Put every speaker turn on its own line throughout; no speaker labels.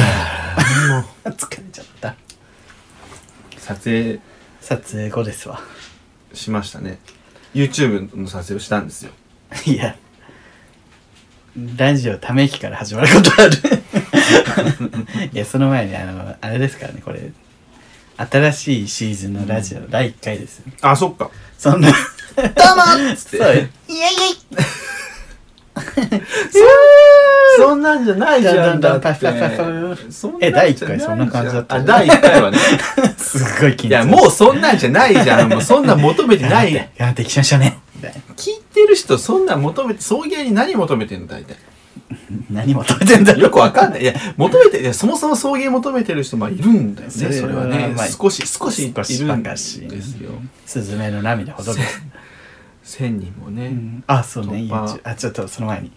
もう
疲れちゃった
撮影
撮影後ですわ
しましたね YouTube の撮影をしたんですよ
いやラジオため息から始まること あるいやその前にあのあれですからねこれ新しいシーズンのラジオ、第1回ですよ
あそっか
そんな
どうもっ
そう
つって
よいやいやい
そんなんじゃないじゃんだって
パフパフパフパフ
そんなんじゃない
え第一回そんな感じだった
あ第1回はね
すっごい緊張する
いやもうそんなんじゃないじゃんもうそんな求めて
頑張 っ
な
て
い
頑張っていきましょうねみたいな
聞いてる人そんなん求めて送迎に何求めてんの大体
何求めてんだろ
よくわかんないいや求めていやそもそも送迎求めてる人もいるんだよね
それは
それはね
まあ
少し少しい
少し
るん
ば
で
かし
すよ
スズメの涙ほどです、
1000人もね、
うんあそうね
突破
YouTube あちょっとその前に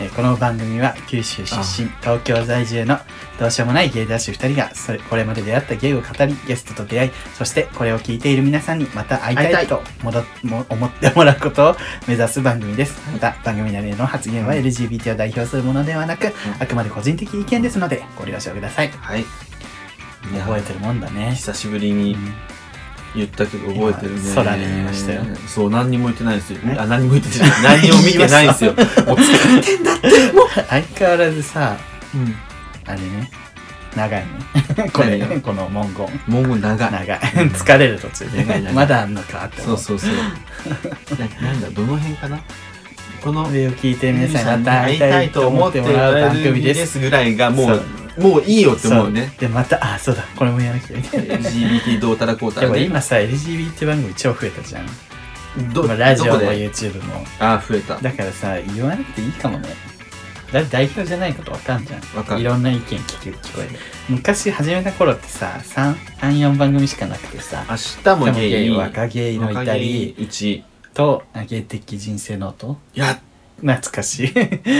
えーこの番組は九州出身東京在住のどうしようもない芸男子2人がそれこれまで出会った芸を語りゲストと出会いそしてこれを聞いている皆さんにまた会い
会いた
た
い
いともども思ってもらうことを目指す番組ですまた番組内での発言は LGBT を代表するものではなくあくまで個人的意見ですのでご了承ください
はいいや
覚えてるもんだね
久しぶりに言ったけど覚えてるね
今空で言いましたよ
そう何にも言ってないんですよ
え
あ何にも言ってない何にも見てないんですよもう疲れてんだって
相変わらずさ
うん
あれね長いね これ
何が
この文言
文言長い
長い 疲れる途中で
長い長
ね
い
まだあんのかって
そ
思
う
う
そうそうななんだどの辺かなこの
これを聞いて皆さんにまた会いたいと思ってもらう番組です
ぐらいがもうもういいよって思うね
そでまたあそうだこれもやらなきゃいけない
LGBT どうたらこうた
で
ら
も
は
今さ LGBT 番組超増えたじゃん
ど
まあラジオ
ど
も
こで
YouTube も
あ増えた
だからさ言わなくていいかもねだって代表じゃないことわかんじゃん
わかる
いろんな意見聞く聞こえる昔始めた頃ってさ34番組しかなくてさ
明日もゲイ
でも若芸のいたり
若芸うち
と芸的人生ノート
やっ
懐かしい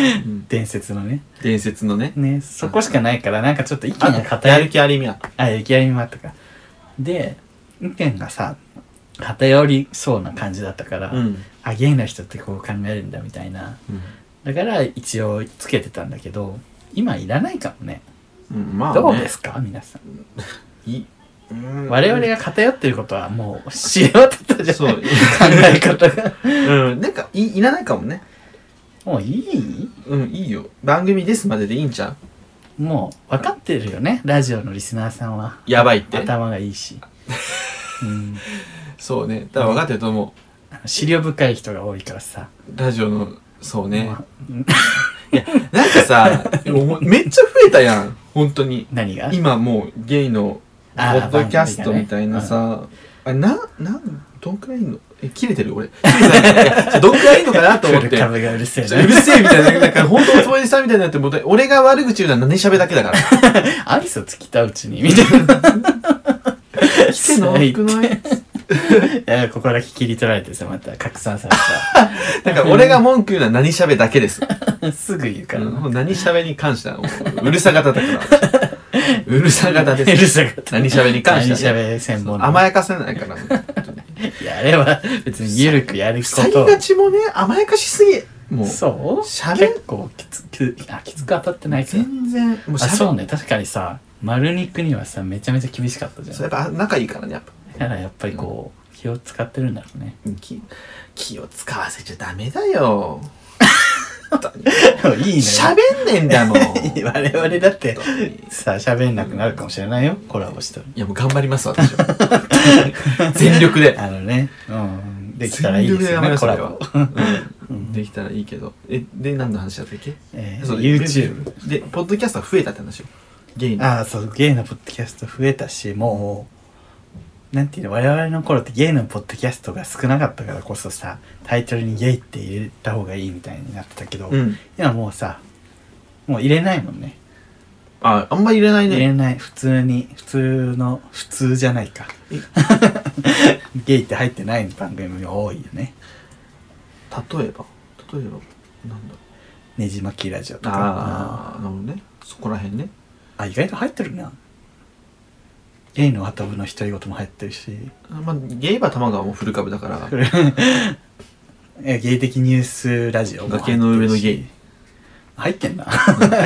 伝説のね
伝説のね
ねそこしかないからなんかちょっと意見
あ
が
とや
偏
る
る
気ありみや
あやりまとかで意見がさ偏りそうな感じだったから、
うん
あゲイの人ってこう考えるんだみたいなだから一応つけてたんだけど今いらないかもね
うんまあね
どうですか皆さん
いうん
我々が偏ってることはもう知れ渡ったじゃ
そ
な
う
い考え方が
うんなんかいいらないかもね
もういい
うんいいよ番組ですまででいいんちゃう
もう分かってるよねラジオのリスナーさんは
やばいって
頭がいいし、うん、
そうねだから分かってると思
あの資料深い人が多いからさ、
うラジオのそうね
もう
なんかさ もうめっちゃ増えたやん本当に
何が
今もうゲイのポ
あー
ッドキャストみたいなさあ,、ななんどんくらいいんのえ切れてる俺切れてないいやどん くらいいんのかなと思 って
来る株がうるせえ
ちょう
な
るせえみたいな、なんか本当おつぼりさんみたいになって、もう俺が悪口言うのは何喋だけだから。
アリスを尽きたうちにみたいな最
来ての行
低
くのなん
いやここだけ切り取られてさまた拡散された
か俺が文句言うのは何喋だけです。
らすぐ言うからな、
もう何喋に関しては、もううるさ型だから。うるさ型
うる
です。
さかった
何喋に関
何
してはね。
喋専門の
甘やかせないから。
いやあれは別にゆるくやるこ
さぎ
と
がちもね、甘やかしすぎ。もう、
そう
喋
結構きつくあきつく当たってないけど
全然、もう
あそう
喋
ね確かにさ丸肉にはさめちゃめちゃ厳しかったじゃん
そうやっぱ仲いいからね、やっぱ。
だからやっぱりこう気を使ってるんだろう ね
気気を使わせちゃダメだよ。
いいね
喋んねえんだ もん。
我々だって
本当に
さあ喋んなくなるかもしれないよコラボしたら
いやもう頑張ります私は全力で
あのねうんできたらいいですよねコ
全
ラ
力で頑
ボ
張りますそれは、
う
う、
んん
できたらいいけどえで何の話だったっけ、
えー
そう
YouTube
でポッドキャストが増えたって話よゲイの
ああそうゲイのポッドキャスト増えたしもうなんていうの我々の頃ってゲイのポッドキャストが少なかったからこそさタイトルに「ゲイ」って入れた方がいいみたいになってたけど、
うん
今もうさもう入れないもんね
ああんま入れない
入れ
ね
ない普通に普通の普通じゃないかゲイって入ってない番組が多いよね
例えば例えばなんだ
ねじ巻きラジオとか
ああなるほどねそこら辺ね
あ意外と入ってるなゲイの頭の独り言も入ってるし
あまあゲイバ玉川も古株だから
えゲイ的ニュースラジオも入ってるし
崖の上のゲイ
入って んな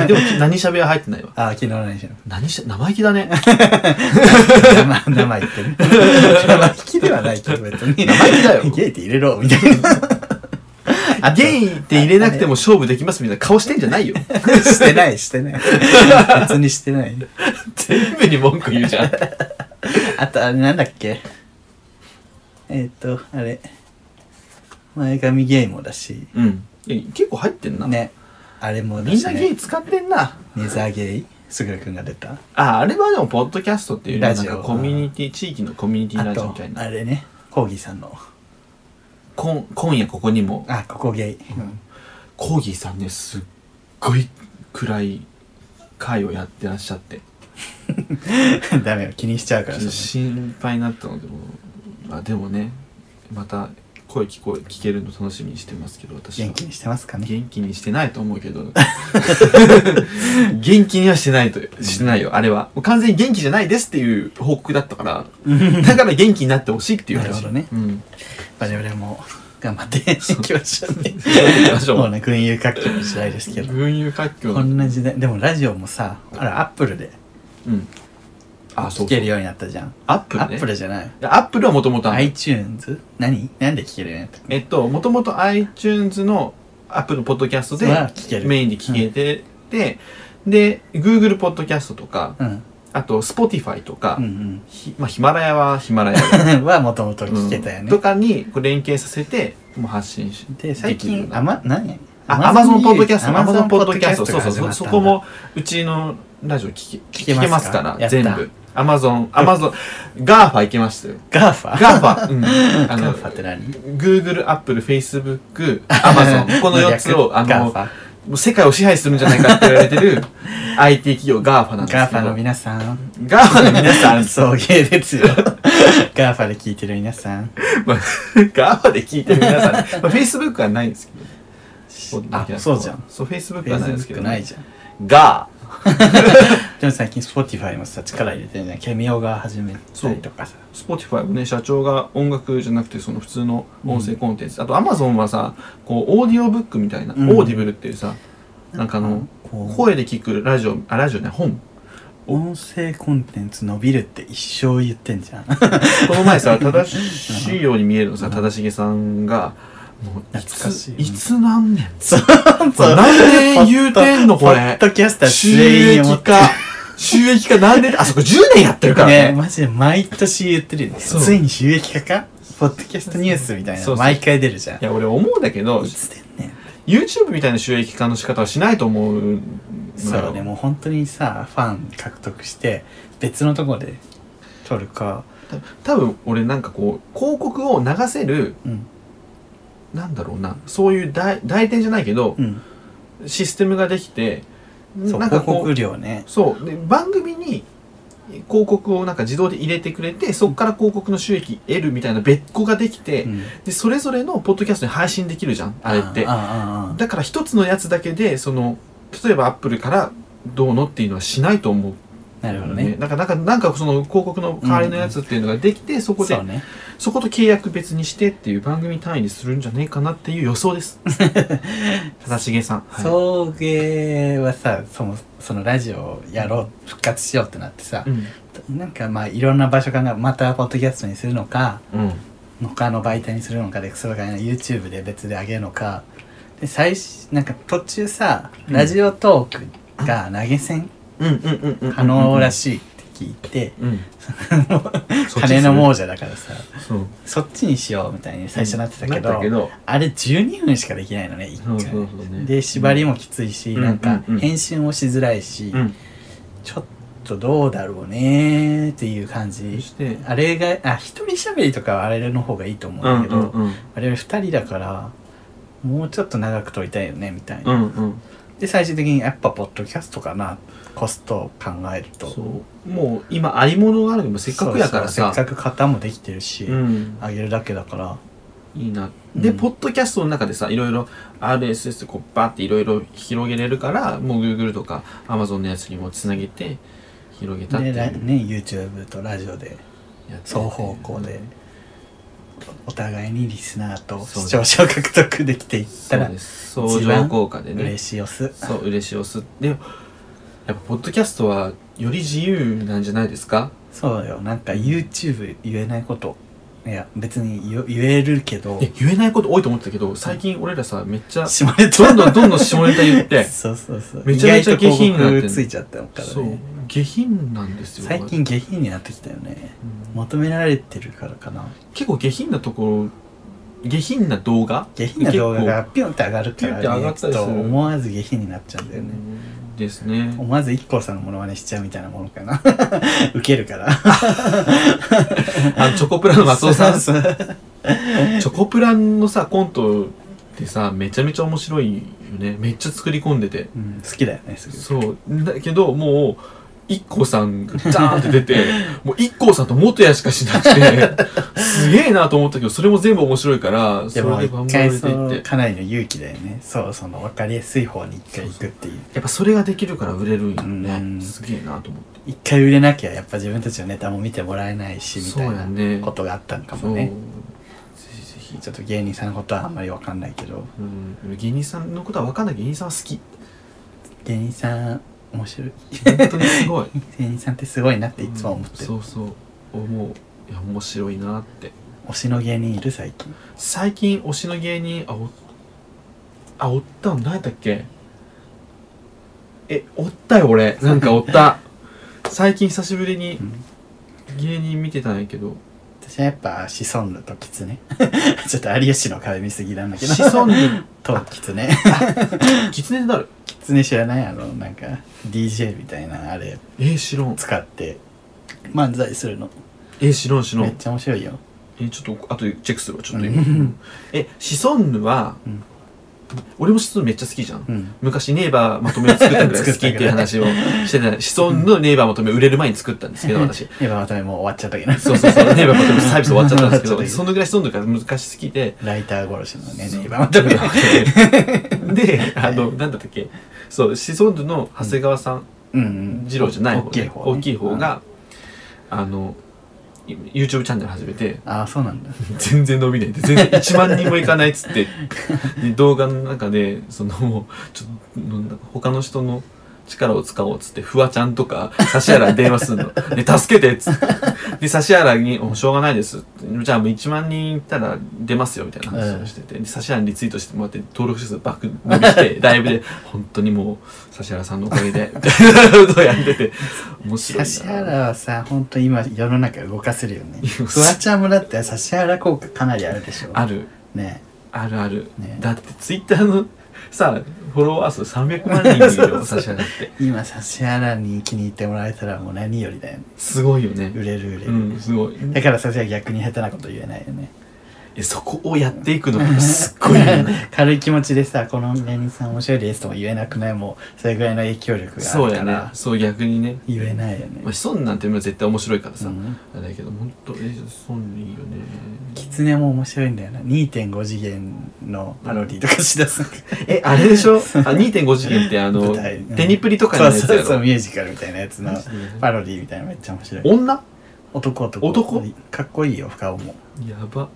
でも何喋りは入ってないわ
あ昨日の話の
何しゃ生意気 だね
生生言ってる 生意気ではないけど別に
生意気だよ
ゲイって入れろみたい なあと
ゲイって入れなくても勝負できますみたいな顔してんじゃ ないよ
してないしてない別にしてない
全部に文句言うじゃん
あとあれなんだっけえっ、とあれ前髪ゲイもだし
うんえ結構入ってんな、
ねあれもだ
みん
し、
な
ね、
ゲイ使ってんな
ネザーゲイすぐるくんが出た
ああれはでもポッドキャストっていうより
ラジオ
なんかコミュニティ地域のコミュニティ
あ
ラジオ
と
みたいな
あれねコーギーさんの
こん今夜ここにも
あここゲイ、
コーギーさんねすっごい暗い回をやってらっしゃって
うん ダメよ気にしちゃうからそれ
心配になったのでもまあでもねまた声聞こえ聞けるの楽しみにしてますけど私は
元気にしてますかね
元気にしてないと思うけど元気にはしてないとしてないよあれはもう完全に元気じゃないですっていう報告だったからだから元気になってほしいっていう話
なるほどね
うん、
我々も頑張ってい きましょうね
そう言いましょう
もうね群雄割拠の時代ですけど
群雄割拠
こ
の
んな時代でもラジオもさあらアップルで
うんあそう
聞けるようになったじゃん
アップル
ア
ね
ップルじゃない
アップルはもともと
iTunes? 何なんで聞けるようになった
えっともともと iTunes のアップルのポッドキャストで
は聞ける
メインで聞けてて、で Google ポッドキャストとか
うん
あと Spotify とか、
うん
ひまあ、ヒマラヤはヒマラヤ
うんはもともと 聞けたよ
うん
ね
とかにこう連携させてもう発信し
で最
でき
近
る
あま何や
あアマゾンポッドキャストアマゾ
Amazon
ンポッドキャストそうそう
Podcast
そ
が始
うそ
まったんだ
こもうちのラジオ聞け
聞
聞
け
け
ますか
ますか
やっ
ら
た
全部アマゾンアマゾン ガーファいけましたよ
ガーファ
ガーフ ァ、うん、あ
ガー
の
ファって何
Google、Apple、Facebook、Amazon この4つをあ
ガー
の
ファ
もう世界を支配するんじゃないかって言われてる IT 企業ガーファなんですけど
ガーファの皆さん
ガーファの 皆さん
送迎ですよ ガーファで聞いてる皆さん
まあ、ガーファで聞いて る皆さん、まあ、Facebook はないんですけど
あそうじゃん
そう、Facebook はないですけ
Facebook
ど。
ないじゃん
が、
でも最近 Spotify もさ力入れてるじゃんケミオが始めたりとかさ
Spotify もね、社長が音楽じゃなくて、その普通の音声コンテンツ。あと、Amazon はさ、こう、オーディオブックみたいな、
うん
オーディブルっていうさ、なんかあの、
こう
声で聞くラジオ、あ、ラジオ ね、本。
音声コンテンツ伸びるって一生言ってんじゃん
この前さ、正しいように見えるのさ、正しげさんが、もういつ
懐かしい
いつ何年
そうそう
何年言うてんのこ
ポ
れ
ッドキャスター
収
全員思
益
って
化収益化何年あそこ10年やってるから
ね
ね
マジで毎年言ってるよね
そう
ついに収益化かポッドキャストニュースみたい
そう
な
そう
毎回出るじゃん
いや俺思うんだけど
いつでんねん
YouTube みたいな収益化の仕方はしないと思うのよ
そうねもう本当にさファン獲得して別のとこで撮るか
多分俺なんかこう広告を流せる
うん
なんだろうなそういう代代店じゃないけど
うん
システムができて
そう
なんか
広
こ
告
う
料ね
そうで番組に広告をなんか自動で入れてくれてそこから広告の収益得るみたいな別個ができて、
うん
でそれぞれのポッドキャストに配信できるじゃんあれって
ああああ
だから一つのやつだけでその例えばアップルからどうのっていうのはしないと思う
なるほど
ね
ね
なんかなんかなんかその広告の代わりのやつっていうのができて、そこで
そ
そう
ね
こと契約別にしてっていう番組単位にするんじゃねえかなっていう予想です 正成さん、はい
送迎はさそもそのラジオをやろう復活しようってなってさ
う、ん
なんかまあいろんな場所からまたポッドキャストにするのか
うん
他の媒体にするのかでそれから YouTube で別で上げるのかで最初なんか途中さ
うん
ラジオトークが投げ銭
うんうんうんうん
可能らしいって聞いて、
うん
もう
そっち
金の亡者だからさ
そう
そっちにしようみたいに最初なってたけど,、
なったけど
あれ12分しかできないのね一
そ
回
うそうそうね
で縛りもきついし、
うん
なんか
うんうん
編集もしづらいし、
うん
ちょっとどうだろうねーっていう感
そ
じ
して
あれがあ一人喋りとかはあれの方がいいと思
う
うん
ん
だけ
う
ど、
んうん
我々2人だからもうちょっと長く撮りたいよねみたいうな、
んうん
で最終的にやっぱポッドキャストかなコストを考えると
そうもう今ありものがあるけどせっかくやから
そう
さ
そうせっかく型もできてるし、
うん
あげるだけだから
いいな。で、
うん
ポッドキャストの中でさ、いろいろ RSS こうバーっていろいろ広げれるから、もう Google とか Amazon のやつにもつなげて、広げたってい
で
う
らね YouTube とラジオで
やつ
双方向でお互いにリスナーと
そう
視
です
聴者を獲得できていっ
そ
た
う
ら
です。相乗効果でね
嬉。しいよす
そう、嬉しいおす。で、やっぱポッドキャストはより自由なんじゃないですか
そうよなんか YouTube 言えないこといや別に言言えるけど
え、言えないこと多いと思ってたけど、最近俺らさ、めっちゃ、
下ネタ
どんどんどんどん下ネタ言っ て、
そうそうそう
めちゃめちゃ下品になってんの
意外と広告ついちゃったのから
そう
ね、
下品なんですよ。
最近下品になってきたよね
うん
求められてるからかな
結構下品なところ下品な動画
下品な動画がピョンって上がるか
ピョンって
ら
上がっ
ね
た
ち
り
ょっと
する
思わず下品になっちゃうんだよね
ですね
思わず IKKO さんのモノマネしちゃうみたいなものかな ウケるから
あのチョコプラの松尾さんチ
そう
ョコプラのさコントってさめちゃめちゃ面白いよねめっちゃ作り込んでて
うん好きだよねすごい
そうだけどもう IKKO さんがダーンって 出てもう IKKO さんと元やしかしなくてすげえなと思ったけどそれも全部面白いからそ
で
れ
も
で
一
頑張れ
回
て
そ
いっ
の
て
かなりの勇気だよねそうその分かりやすい方に一回行くっていう
やっぱそれができるから売れるんよ
う
ね
ん
すげえなと思って
一回売れなきゃやっぱ自分たちのネタも見てもらえないしみた
そうや
い
ね
なことがあったのか
そ
も
うぜ
ね
ひぜひ
ちょっと芸人さんのことはあんまり分かんないけど
うん、芸人さんのことは分かんない芸人さんは好 き
芸人さん面白い
本当にすごい
芸人さんってすごいなっていつも思ってる
そうそう思ういや面白いなって
推しの芸人いる最近
最近推しの芸人あおあおったん何やったっけえおったよ俺なんかおった 最近久しぶりに
うん
芸人見てたんやけど
私はやっぱシソンヌとキツネ ちょっと有吉の壁見すぎなんだけど
シソンヌ
とキツネ
キツネって誰
キツネ知らないあのなんか DJ みたいなあれ
えー、知らん
使って漫才するの
えー、知らん知ら
めっ
ん
ちゃ面白いよ
えー、ちょっと後でチェックするわちょっ
う
と今
ん
えシソンヌは、
うん
俺もシソンヌめっちゃ好きじゃん
うん
昔ネイバーまとめを作ったぐらい好きっていう話をして た。子孫のネイバーまとめ売れる前に作ったんですけど、私。
今またもう終わっちゃったけど
そうそうそう、ネイバーまとめサービス終わっちゃったんですけ
終わっちゃ
ど、
った
そのぐらい子孫のが昔好きで、
ライター殺しのねネイバーまとめ
で、あの、なんだったっけ、そう、子孫の長谷川さん、
うんうん
二郎じゃない
大
方
きい
ね
方ね
大きい方が、あの、YouTube チャンネル始めて、
ああそうなんだ
全然伸びないって全然1万人もいかないっつってで動画の中でそのもうちょっとなんだ他の人の力を使おうっつってフワちゃんとか指原に電話するの 「で助けて」っつってで指原にお「しょうがないです」じゃあもう1万人いったら出ますよ」みたいな話をしてて、で指原にリツイートしてもらって登録者数爆伸 びしてライブで「本当にもう指原さんのおかげで」みたいなことをやってて面白い
指
な。
原はさ本当今世の中動かせるよね
いや
フワちゃんもだって指原効果かなりあるでしょ
ある
ね
あるある、
ね
だってツイッターの さフォロワー数300万人 いるよ指原って
今指原に気に入ってもらえたらもう何よりだよね
すごいよね
売れる売れ
う
る、
んすごい
だから指原逆に下手なこと言えないよね
えそこをやっていくのがすっごいよ ね
軽い気持ちでさこの芸人さん面白いですとも言えなくないもうそれぐらいの影響力があ
そう
る
や
か
ね
ら
そう逆にね
言えないよね
まあ、ソンなんて絶対面白いからさ、
うん
あれだけど本当えソンいいよね
キツネも面白いんだよな2.5次元のパロディとかしだす
えあれでしょあ2.5次元ってあの
舞台
テニプリとかのやつ
そう
や
そうそう
ろ
ミュージカルみたいなやつの
マジで
パロディみたいなのめっちゃ面白い
女
男男
男
かっこいいよ顔も
やば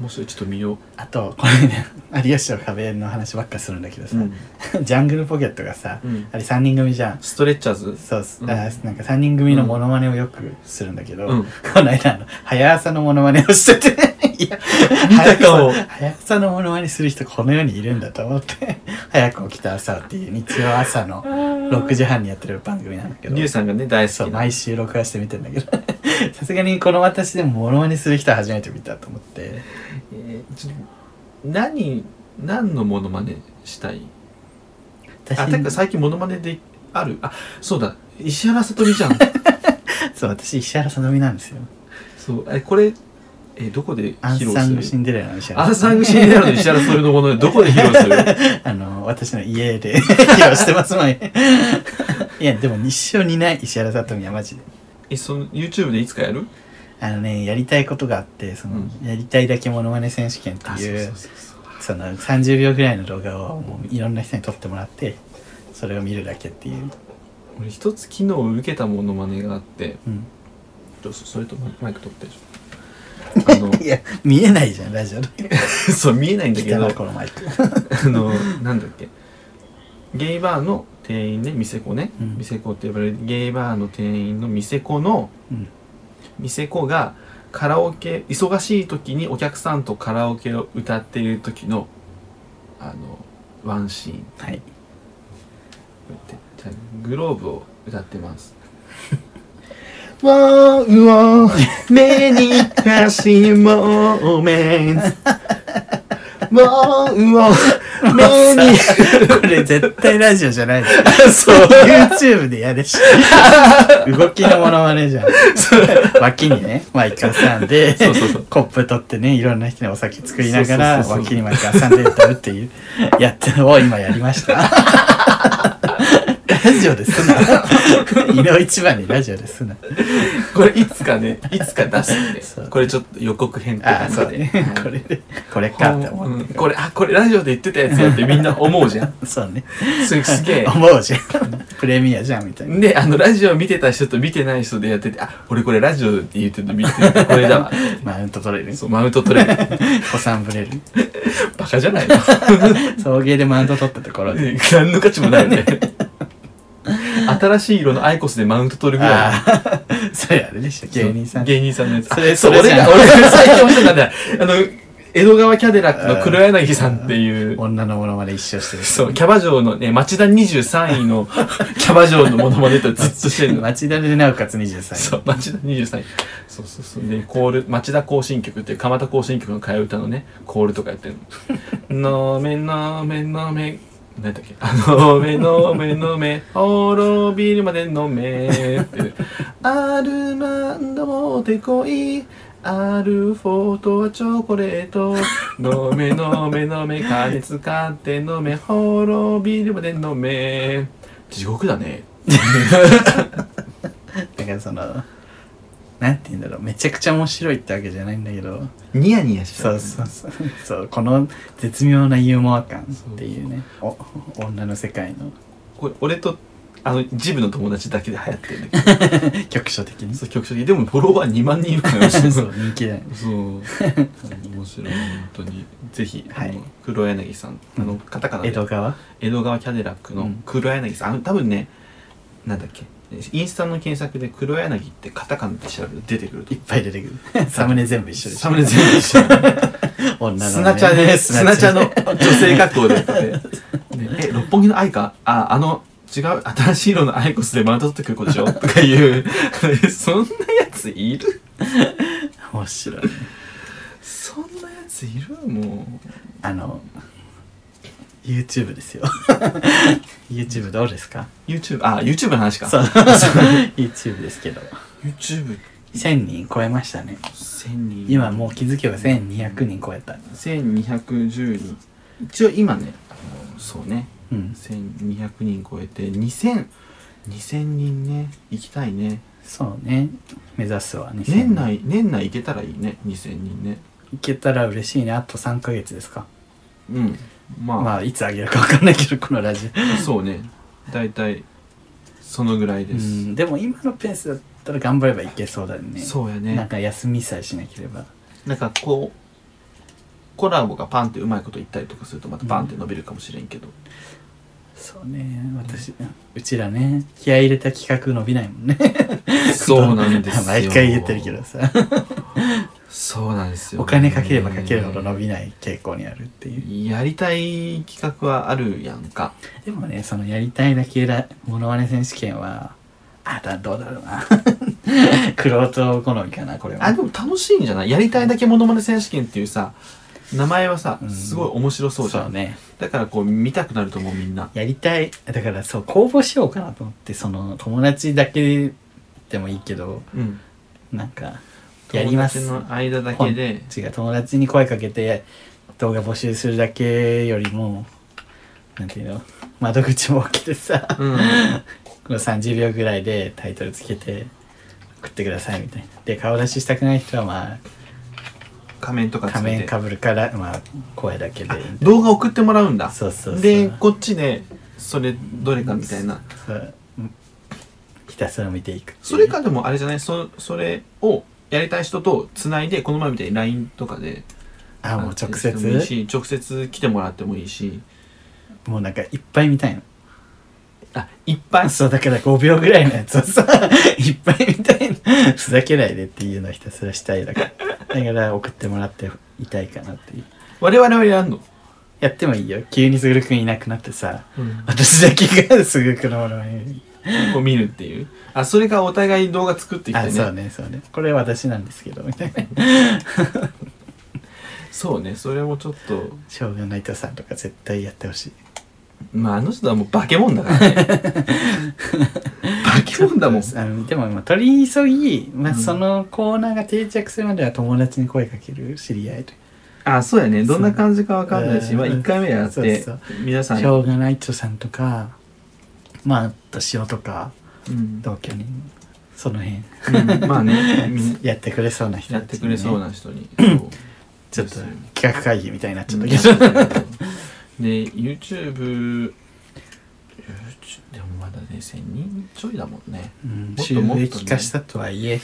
面白いちょっと見よ
あとこれね「有吉の壁」の話ばっかするんだけど
う、
さ、 ジャングルポケットがさ、
うん
あれ3人組じゃん
ストレッチャーズ
そうっす、
うん
あーなんか3人組のモノマネをよくするんだけど、
うん
この間あの早朝のモノマネをしてて いや
見たかも
早朝早朝のモノマネする人この世にいるんだと思って 早く起きた朝っていう日曜朝の6時半にやってる番組なんだけど
リュウさんがね大
そ
好
う
きな
毎週録画して見てんだけど さすがにこの私でもモノマネする人は初めて見たと思って
えーちょっと何何のモノマネしたい
私
あてか最近モノマネであるあそうだ石原さとみじ ゃん
そう私石原さとみなんですよ
そうえこれえどこで
アン
披
サング
露
シ
する
ンデレラの石原
アン
さとみ
サングシンデレラの石原さとみのものでどこで披露 する
あの、私の家で 披露してますもん。いや、でも一生にない石原さとみはマジで。
えその YouTube でいつかやる
あのねやりたいことがあってその、
うん
やりたいだけモノマネ選手権ってい
あ
う
そうそうそうそ
そ
う
の30秒ぐらいの動画をもういろんな人に撮ってもらってそれを見るだけっていう、
俺一つ機能を受けたモノマネがあって
うん、
どうぞそれとママイ ク取ってでしょあの
いや見えないじゃんラジオで
そう見えないんだけど
汚いこのマイク
あのなんだっけゲイバーの店員ね店子ね、
うん
店子って呼ばれるゲイバーの店員の店子の
うん
店子がカラオケ忙しい時にお客さんとカラオケを歌っている時のあのワンシーンこ
はいう
やってじゃあグローブを歌ってます。
わーうわー
目に足もめん。も うわ目に。
これ絶対ラジオじゃない
そう。
YouTube でやれ し動きのモノマネじゃん脇にねマイク挟んで
そうそうそう
コップ取ってねいろんな人にお酒作りながら
そうそうそうそう
脇にマイク挟んで歌うっていうやってるのを今やりました ラジオですな井の一番にラジオですな
これいつかね、いつか出すん
そう
で。これちょっと予告編って
ああ
感
そうだ
じで。
ね
はい
これでこれかって
う
思っ
んこれ、あ、これラジオで言ってたやつやってみんな思うじ ゃん。
てそうね
すすげえ。
思うじゃんプレミアじゃんみたいな
で、あの、ラジオ見てた人と見てない人でやってて、あ、俺これラジオって言ってて見てたこれだわ。
マウント取れる
そう、マウント取れる。
子さんぶれる
バカじゃないの
送迎でマウント取ったところで
何の価値もないよ ね。新しい色のアイコスでマウント取るぐらい。
ああ、 それあれでした、芸人さん。
芸人さんのやつ。
それ
あそ
そ
う、
れ
俺
じゃん
が、俺が最近面白かった。あの、江戸川キャデラックの黒柳さんっていう。
女のものまで一生してる。
そう、キャバ嬢のね、町田23位のキャバ嬢のモノマネとずっとしてるの。
町田でなおかつ23歳。
そう、町田23位。そうそうそう。で、コール、町田行進曲っていう、蒲田行進曲の替え歌のね、コールとかやってるの。の めのめのめ、何だっけ あのめのめのめ、滅びるまでのめっていう。アルマンドもてこい。アルフォートはチョコレート。飲め飲め飲め、金使って飲め、滅びるまで飲め。地獄だね。
だからその、なんて言うんだろう、めちゃくちゃ面白いってわけじゃないんだけど、
ニヤニヤしちゃ
そうそうそう、そう、この絶妙なユーモア感っていうね、お女の世界 の
これ俺とあのジムの友達だけで流行ってるんだけ
局所的に。
ど
そ、
そう局所的でもフォロワー2万人いるからそううそう
人気だよね。
面白い本当にぜひ、
はい
あの黒柳さんあのカタカナ
江
で
戸川
江戸川キャデラック
う
の
ん
黒柳さん、あの多分ねなんだっけインスタの検索で黒柳ってカタカナで調べると出てくると
いっぱい出てくる。サムネ全部一緒でしょ。
サムネ全部一緒
女のね
砂茶で砂茶の
ね
女性 格好ででえ六本木の愛かああの違う新しい色のアイコスでマウント取ってくる子でし ょとかいう そんなやついる
面白い。
そんなやついるも
あの YouTube ですよ YouTube どうですか
う YouTube あ YouTube の話か
そう YouTube ですけど
YouTube1000
1000人超えましたね
人
今もう気づけば1200人超えた
1210人一応今ねあのそうね
うん
1200人超えて2000 2000人ね行きたいね
そうね目指すは2000人
年内年内行けたらいいね2000人ね
いけたら嬉しいねあと3ヶ月ですか
うんまあ、
まあいつあげるか分かんないけどこのラジオ
そうね大体そのぐらいで
う
す、
ん でも今のペースだったら頑張ればいけそうだね
そうや
なん
ね
か休みさえしなければ
なんかこうコラボがパンってうまいこと言ったりとかするとまたパンって伸びるかもしれんけど、
そうね私うちらね気合い入れた企画伸びないもんね
そうなんです よ
毎回言ってるけどさ
そうなんですよね、
お金かければかけるほど伸びない傾向にあるっていう
やりたい企画はあるやんか
でもねそのやりたいだけらモノマネ選手権はあだどうだろうな クロート好みかなこれは
あでも楽しいんじゃないやりたいだけモノマネ選手権っていうさ名前はさ
うん
すごい面白そうじゃん、
ね
だからこう見たくなると思うみんな
やりたいだからそう公募しようかなと思ってその友達だけでもいいけど
うん
なんかやります
友達の間だけで
違う友達に声かけて動画募集するだけよりもなんていうの窓口も設けてさ
うん
この30秒ぐらいでタイトルつけて送ってくださいみたいなで顔出ししたくない人はまあ
仮面とかつ
仮
け
面
て
かぶるからまあ声だけで
動画送ってもらうんだ
そうそうそう
でこっちでそれどれかみたいな
そううんひたすら見ていくっていう
それかでもあれじゃないそそれをやりたい人とつないでこの前みたいに LINE とかで
あもう直
あのしてもいい
接
し直接来てもらってもいいし
もうなんかいっぱい見たいの
あいっぱい
そうだから5秒ぐらいのやつをさ いっぱい見たいのふざけないでっていうのをひたすらしたいだからだから送ってもらっていたいかなっていう
我々はやんの、
やってもいいよ急にすぐるくんいなくなってさ私だけがすぐくのものに
を見るっていうあそれがお互い動画作ってきて
あ
ね
そうねそうねこれ私なんですけどみたいな
そうねそれもちょっと
しょうがないとさんとか絶対やってほしい
まああの人はもう化け物だからね 化け物だもん
あのでもまあ取り急ぎ、まあ、
うん
そのコーナーが定着するまでは友達に声かける知り合いと
あそうやねどんな感じかわかんないし、
そう
まあ、1回目やっ
そう
て
そう
皆さん
しょうがないとさんとかまああと塩とか
うん
同居人その辺
うんまあねみんな
やってくれそうな人
や
た
っ
ち
て
に
く
ね
れそうな 人にそう
ちょっと
そう
企画会議みたいになっちゃったけ
で
ど、
YouTube, YouTube でもまだね1000人ちょいだもんね
うん、
もっともっとね
収益化したとはいえ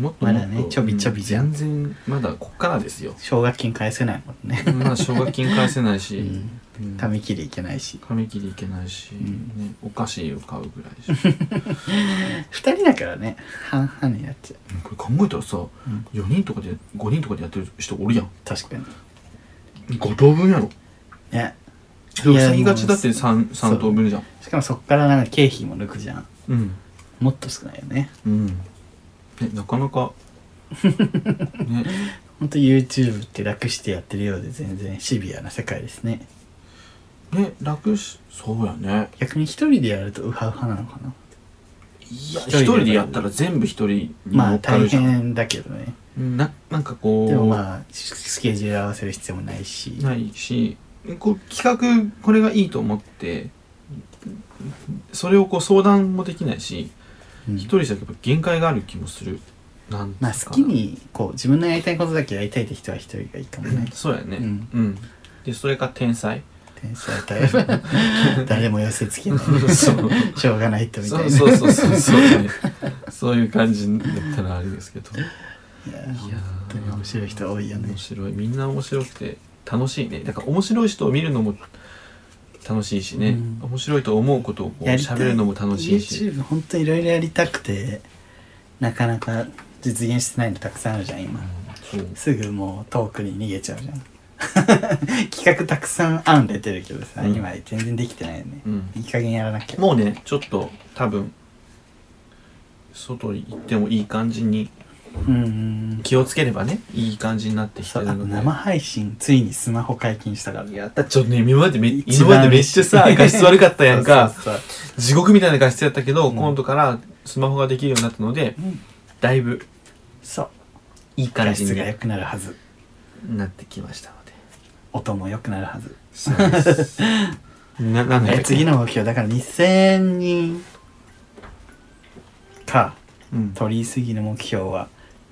もっと
ま
もっと
だねちょびちょびじゃん
う全然まだこっからですよ
奨学金返せないもんね
まだ奨学金返せないし、
うん
うん
ためきりいけないし
髪切りいけないし、
ん
ね、お菓子を買うぐら いし
2人だからね半々になっちゃう
これ考えたらさ、
ん
4人とかで5人とかでやってる人おるやん
確かに
5等分やろ
ね
でも塞ぎがちだって 3, 三等分じゃん
しかもそっからなんか経費も抜くじゃん
うん
もっと少ないよね
うんねなかな かね
ほんと YouTube って楽してやってるようで全然シビアな世界ですね
ね楽しそうやね
逆に一人でやるとウハウハなのかない
や
一人
一
で
人でやったら全部一人に
ま
乗
あ
っか
大
るじゃん、
変だけどね
うんななんかこう
でもまあススケジュール合わせる必要もないし
ないしこう企画これがいいと思ってそれをこう相談もできないし
うん
一人じゃやっぱ限界がある気もするなん
まあ
つう
好
か
き
な
にこう自分のやりたいことだけやりたいって人は一人がいいかもね
そうやね
うん
うん、でそれが天才
天才タイプ 誰も寄せつけ ない
そう
しょうがないとみたい
そ
な
うそうそうそうそう、ね、そういう感じだったらあれですけど
いや本当に面白い人多いよね
面白いみんな面白くて楽しいねだから面白い人を見るのも楽しいしね、
うん
面白いと思うことをこう
やりたい
喋るのも楽しいし
YouTube 本当いろいろやりたくてなかなか実現してないのたくさんあるじゃん今
そう
すぐもう遠くに逃げちゃうじゃん 企画たくさん案出てるけどさ、
うん
今全然できてないよね、
うん
いい加減やらなきゃ
もうねちょっと多分外に行ってもいい感じに
うんうんうん
気をつければねいい感じになってきて
そう
る
あ
の
と
で
生配信ついにスマホ解禁したから
やったちょっとね今までめ
一
今
番
までめっちゃさ画質悪かったやんか
そうそう
地獄みたいな画質やったけど、
うん
今度からスマホができるようになったので、
うん
だいぶ
そう
いい感
画
じ
質
に
が良
な
くなるはず
ってきましたので
音も良くなるはず
そうです ななんだっ
え
け
次の目標だから2000人か
うん
取りすぎの目標は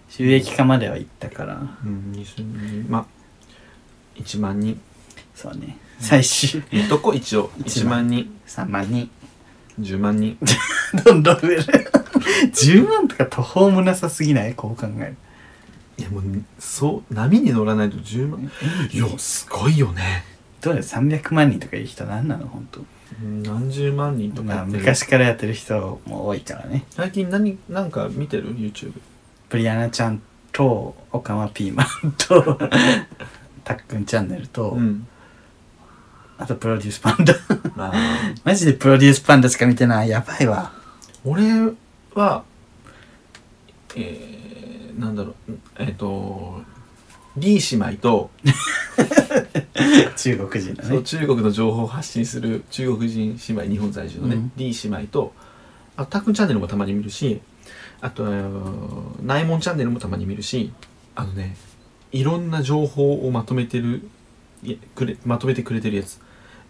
収益化までは行ったから
うん、2000人まあ1万人
そうね最終
いっとこ一応1
1
万
万
人
3万人
10万人
どんどん増える10万とか途方もなさすぎないこう考える
いやもうそう波に乗らないと10万いやすごいよね
どうだよ300万人とかいう人何なの本当
何十万人とか
ま
や
あ
ってる
昔からやってる人も多いからね
最近何なんか見てる YouTube
ブリアナちゃんとオカマピーマン とたっくんチャンネルと、
うん
あとプロデュースパンダ
まあ
マジでプロデュースパンダしか見てないやばいわ
俺はえー、なんだろうえっ、とリー姉妹と、
中国人だ
そう
ね
中国の情報を発信する中国人姉妹日本在住のね、
うん
リー姉妹とあタックンチャンネルもたまに見るしあと、えー、ナイモンチャンネルもたまに見るしあのねいろんな情報をまとめてるいやくれまとめてくれてるやつ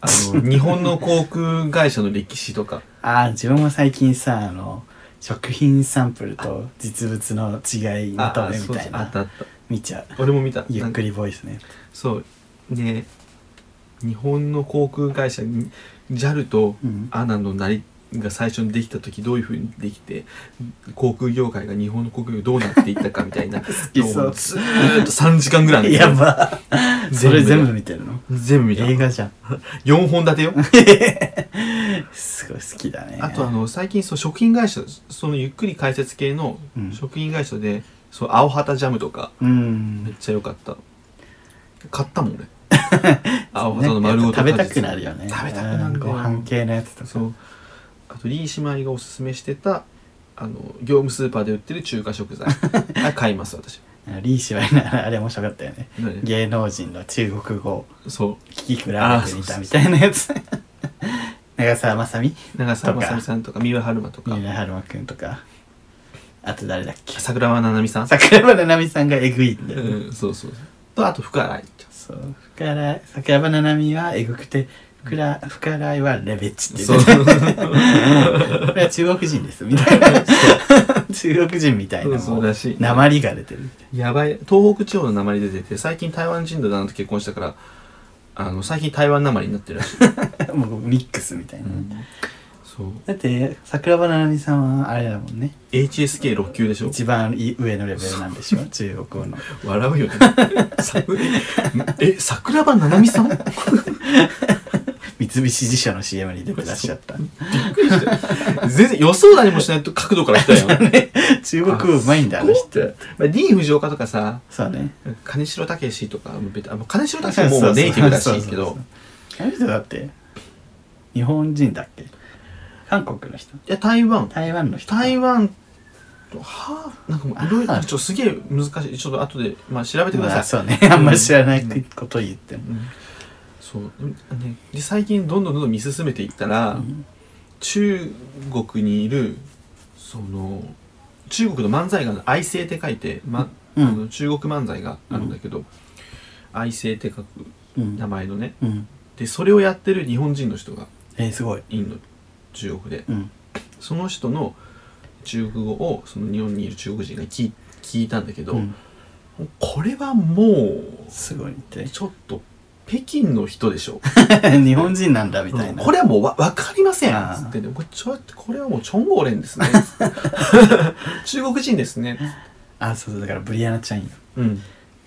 あ の日本の航空会社の歴史とか
ああ自分も最近さあの食品サンプルと実物の 違い
あ
求
あ
めみ
そう
た
そう
い
あっ
な
たあった
見ちゃう
俺も見た
ゆっく
り
りボイスね
そうで日本の航空会社に JAL と
うん
アナのなりが最初にできた時どういうふうにできて航空業界が日本の航空業どうなっていったかみ たいな
きそう
のをずーっと3時間ぐらいあるんだけ
や
ど
ばそれ全部見てるの
全部見た
映画じゃん
4本立てよ
すごい好きだね
あとあの最近そう食品会社そのゆっくり解説系の
うん
食品会社で、そう青旗ジャムとか
う
めっ
ん
ちゃ良かった買ったも ん俺青旗の丸ごと
食べたくなるよね
食べたくなる
うんご飯系のやつと
そ
か
うあとリー姉妹がおすすめしてたあの業務スーパーで売ってる中華 食材あれ買います私
リーシュワイナーあれ面白かったよね
何
芸能人の中国語を
そ
聞き比べてみたみたいなやつ 長澤まさみ
う長澤
と
ま
か
さみさんとか三浦春馬とか
三浦春馬くんとかあと誰だっけ
桜庭ななみさん、
桜庭ななみさんがえぐいんだよ、
うん、そうそうとあと福原愛ちゃん
そう深ら桜庭ななみはえぐくてふら深らいはレベッチって
そ
言
う
ってたこれは中国人ですみたいな 中国人みたいな
そう
も
ら
う
しい
鉛が出てるみたい
やばい東北地方の鉛で出てて最近台湾人の旦那と結婚したからあの最近台湾鉛になってるらしい、
なもうミックスみたいな、
そう
だって桜庭ななみさんはあれだもんね
HSK6 級でしょ
一番い上のレベルなんでしょ中国語の
笑うよねさ え桜庭ななみさんびっ
三菱自社の CM に出てらっしゃった
くりした 全然予想だにもしないと角度から来たよ
中国語うまいんだあの人
って、まあ、D 藤岡とかさ
そうね
金城武とかもうベタあもう金城武ももうネイティブらしい
そ
け
うそう
ど
そうそうあの人だって日本人だっけ韓国の人
いや台湾
台湾の人
台湾とはあなんかもういろいろ
あ
ちょっとすげえ難しいちょっと後でまあ調べてくだ
ま
さ
あ
い
そうねあんま知らないことを言っても、
そうねで最近どんどんどんどん見進めていったら、
うん
中国にいるその中国の漫才が愛生って書いて、ま
うん
あの中国漫才があるんだけど、愛生って書く
うん
名前のね
うん
でそれをやってる日本人の人が
えー、すごい
インド中国で
うん
その人の中国語をその日本にいる中国人が聞い聞いたんだけど、
うん
これはも
すごいっ
う
て
ちょっと北京の人でしょ
日本人なんだみたいな、
これはもうわ分かりません
あー
つってでもこれちょこれはもうチョンゴーレ ンですね中国人ですね
あそうそうだからブリアナちゃんよ
うん
ブ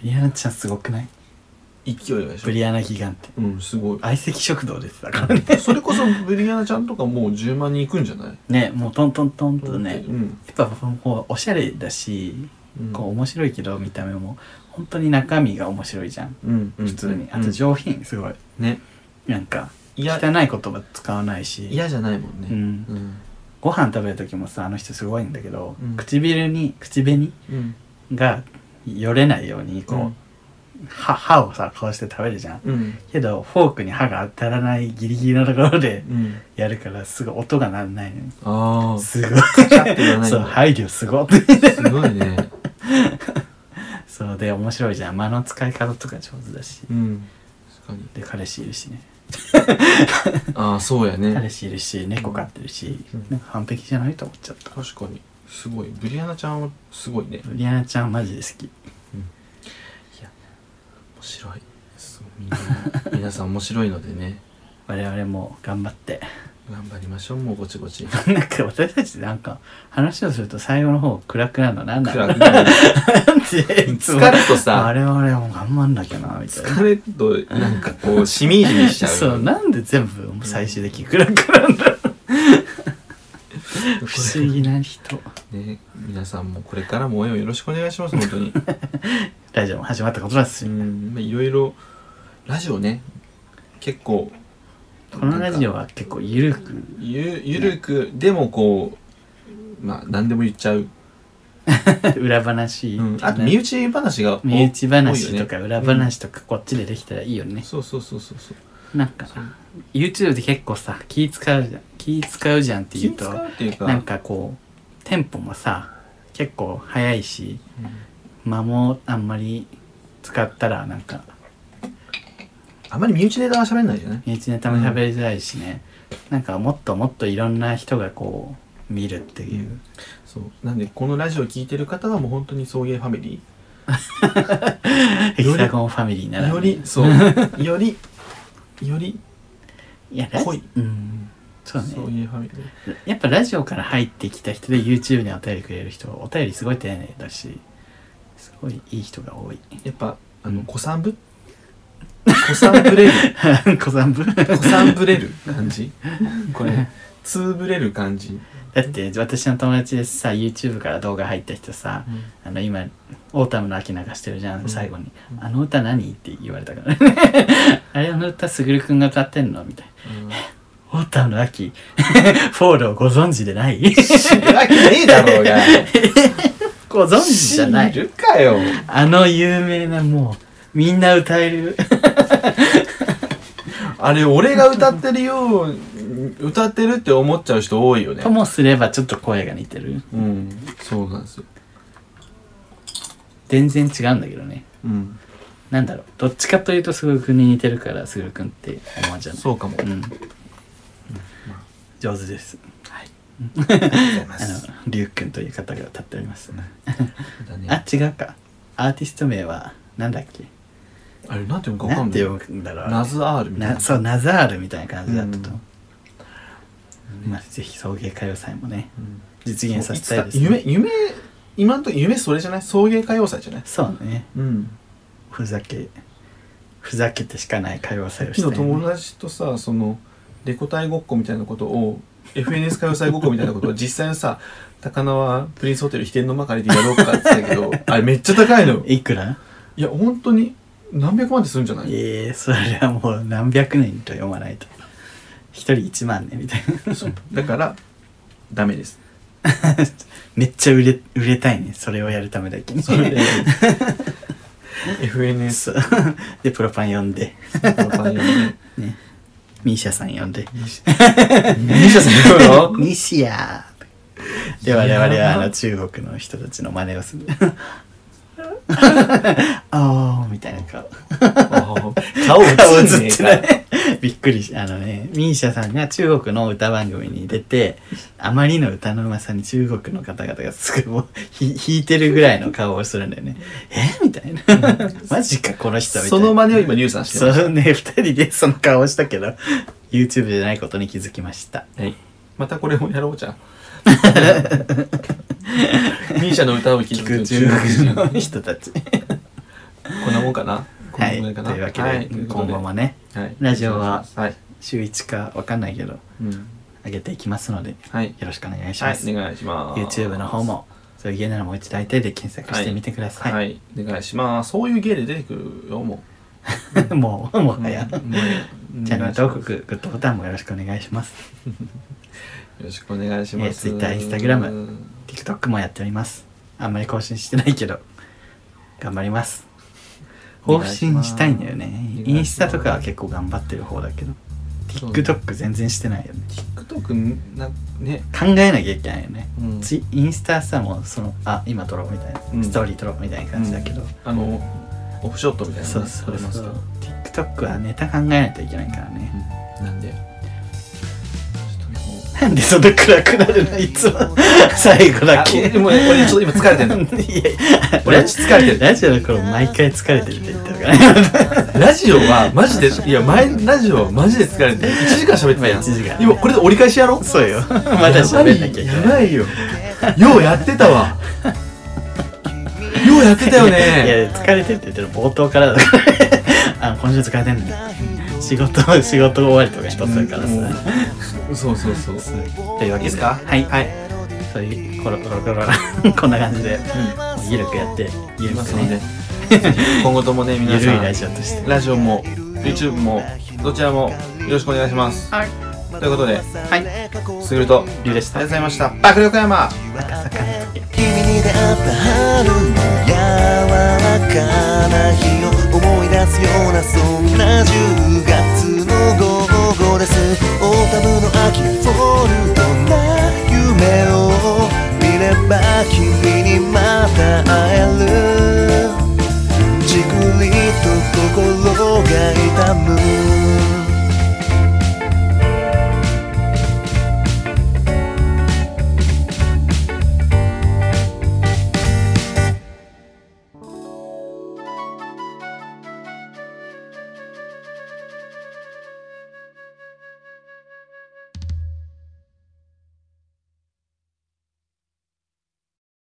リアナちゃんすごくない
勢いがでしょ
ブリアナギガンって
うんすごい
相席食堂ですだからね
それこそブリアナちゃんとかもう10万人いくんじゃない
ねもうトントントンとね、
うん、
やっぱこうおしゃれだし、
うん
こう面白いけど見た目も本当に中身が面白いじゃん
うん、
普通に、あ
う
と
ん
上品すごい
ね
なんか汚
い
い
や
言葉使わないし
嫌じゃないもんね
うん
うん
ご飯食べる時もさあの人すごいんだけど、
うん
唇に口紅
うん
がよれないようにこう、歯歯をさこうして食べるじゃん
うん
けどフォークに歯が当たらないギリギリのところで
うん
やるからすごい音が鳴らないのに
ああ
すごい
シャッて言わないん
そう
だ
配慮す ごい
すごいね
そうで面白いじゃん間の使い方とか上手だし
うん確かに
で彼氏いるしね
ああそうや
彼
ね
氏いるし猫飼ってるし、
うん
なんか完璧じゃないと思っちゃった
確かにすごいブリアナちゃんはすごいね面
ブリアナちゃんマジで好き
白いすごいみんな皆さん面白いのでね
我々も頑張って
頑張りましょうもうごちごち
なんか私たちなんか話をすると最後の方暗くなるのなんなの
暗くなる
なんでいつも
疲れと
あ
さ
れはあれも頑張んなきゃなみたいな
疲れとなんかこうしみじみしちゃう
そうなんで全部最終的に暗くなるんだろう不思議な人
ね皆さんもこれからも応援をよろしくお願いします本当に
ラジオも始まったことだし
うんまあいろいろラジオね結構
このラジオ
なんか
は結構ゆるく
ゆゆるく、でもこうまあ何でも言っちゃう、
裏話、
うんあと身内話が
身
多
内話とか裏話とかこっちでできたらいいよね、
そうそうそうそうそう
なんか YouTube で結構さ気使うじゃん気使うじゃんって
気
言
を
うと
使うっていうか
なんかこうテンポもさ結構早いし
うん
間もあんまり使ったらなんか
あまり身内ネタは喋んないじゃない
身内ネタも喋りづらいしね、なんかもっともっといろんな人がこう見るっていう、
そうなんでこのラジオ聞いてる方はもう本当に送迎ファミリ
ヘキサゴンファミリーなら
ー
ね
より そうよりより
いやラジ
濃い
うんそうね
送迎ファミリー
やっぱラジオから入ってきた人で YouTube にお便りくれる人お便りすごい丁寧だしすごいいい人が多い
やっぱあの、
うん
子さんぶ子さんぶれる
小三分だ
子さんぶれる感じこれつぶれる感じ、
って私の友達でさ YouTube から動画入った人さあの今オータムの秋流してるじゃん、
うん
最後に
う
「
ん
あの歌何?」って言われたから ねあれあの歌すぐるくんが歌ってんのみたいな
うん
「オータムの秋 フォールをご存知でない
知るわけねえだろうが
ご存知じゃな
知
い
るかよ
あの有名なもうみんな歌える
あれ俺が歌ってるよう歌ってるって思っちゃう人多いよね
ともすればちょっと声が似てる
うんそうなんですよ
全然違うんだけどね
うん
なんだろうどっちかというとすぐるくんに似てるからすぐるくんって思うんじゃない
そうかもあ
う
り
ん上手ですはい
がとうございま
あの
す
りゅうくんという方が歌っております
だね
あ違うかアーティスト名はなんだっけ
あれなんて読むか分か
なん
んな
て
い
読むんだろう
ナズアールみたい
な
な
そうナザールみたいな感じだったと思う、
うん
まあ、ぜひ送迎歌謡祭もね
うん
実現させたいです
そうつ
ね
か夢夢今んとこ夢それじゃない送迎歌謡祭じゃない
そうね
うん
ふざけふざけてしかない歌謡祭をしたい
昨
ね、
日友達とさそのレコ大ごっこみたいなことを FNS 歌謡祭ごっこみたい なことを実際のさ高輪プリンスホテル秘伝のまかりでやろうかって言ってた けどあれめっちゃ高いのよ
いくら
いや本当に何百万ってするんじゃない
ええそれはもう何百年と読まないと一人一万ねみたい
そうだからダメ です
なめっちゃ売れ売れたいねそれをやるためだけに
それで FNS
そう でプロパン呼んで
の場合はね
ミーシャさん呼んで
西田さんどうよ
ミシアーで我々
い
は
や
あ
ー
の中国の人たちの真似を する あーみたいな顔
顔
顔
映ん
映
ね
っ
え
て
から
ないびっくりしあのねミーシャさんが中国の歌番組に出てあまりの歌のうまさに中国の方々がすぐもうひ引いてるぐらいの顔をするんだよねえみたいなマジかこの人みたいな
その真似を今乳酸してます
そうね2人でその顔をしたけど YouTube じゃないことに気づきました
はい、またこれもやろうじゃん。ミーシャの歌を聴
聞
く
く
中
中
学人。
国の人たち
こんなもんかな。こん
は、
ないもん
と
かな。
いうわけで、
はい、ということ
今
で
後もね
はい
ラジオは
はい、
週1かわかんないけど
うん、
上げていきますのでよ
はい、
ろしくお願いし
は
ま
い
す、、
お願いします。
YouTube の方もそういう芸ならもう一度会いたいで検索してみてくださ、
はいい、お願いします。そういう芸で出てくるよも
もうも
う。
はや、
うん
チャンネル登
よ
録グッドボタンもよろしくお願いします
ろしくお願いします。
えー Twitter Instagram TikTok もやっておりますあんまり更新してないけど頑張ります
お
更
願いし
新
ます
したいんだよね
お願いします
インスタとかは結構頑張ってる方だけど
そう
TikTok 全然してないよね
TikTok なね、
考えなきゃいけないよね
うん
ツイインスタさもうそのあ今撮ろうみたいな、
うん
ストーリー撮ろうみたいな感じだけど、
あのオフショットみたいな
そ
の
う
ね撮
そ
れ
う
ます
そ
けど
う TikTok はネタ考えないといけないからね、
うんなんで。ちょっとねもう
なんでそんな暗くなるのいつも 最後だ
あ
け
もう俺俺ちょっと今疲れてんの
いや
俺ちょっと疲れてる
ラジオの頃毎回疲れてるって言ってるからね
ラジオはマジでいや前のラジオはマジで疲れてる1時間喋ってたやん
1時間
今これで折り返しやろ
そう よまだ喋んなきゃいけ
や
な
ば
い
いよようやってたわようやってたよ
い
ね
や疲れてるって言ってる冒頭からだからあ今週疲れてんだ仕事仕事終わりとか一つだからさ、
うんそうそうそうそう
というわけで
いいですか
はい、
はい
そういうコロコロコロこんな感じで、ゆるくやってゆ
言い
る
ま
く
すので
ね
今後ともね
ゆ
皆
る
さ
いラ
ん
ジオとして
ラジオも YouTube もどちらもよろしくお願いします
はい
ということで
はい
すぐるとあり
りゅうでし
が
た
とうございました爆力山
若さかの時
君に出会った春の柔らかな日を思い出すようなそんな10月の午後ですオータムの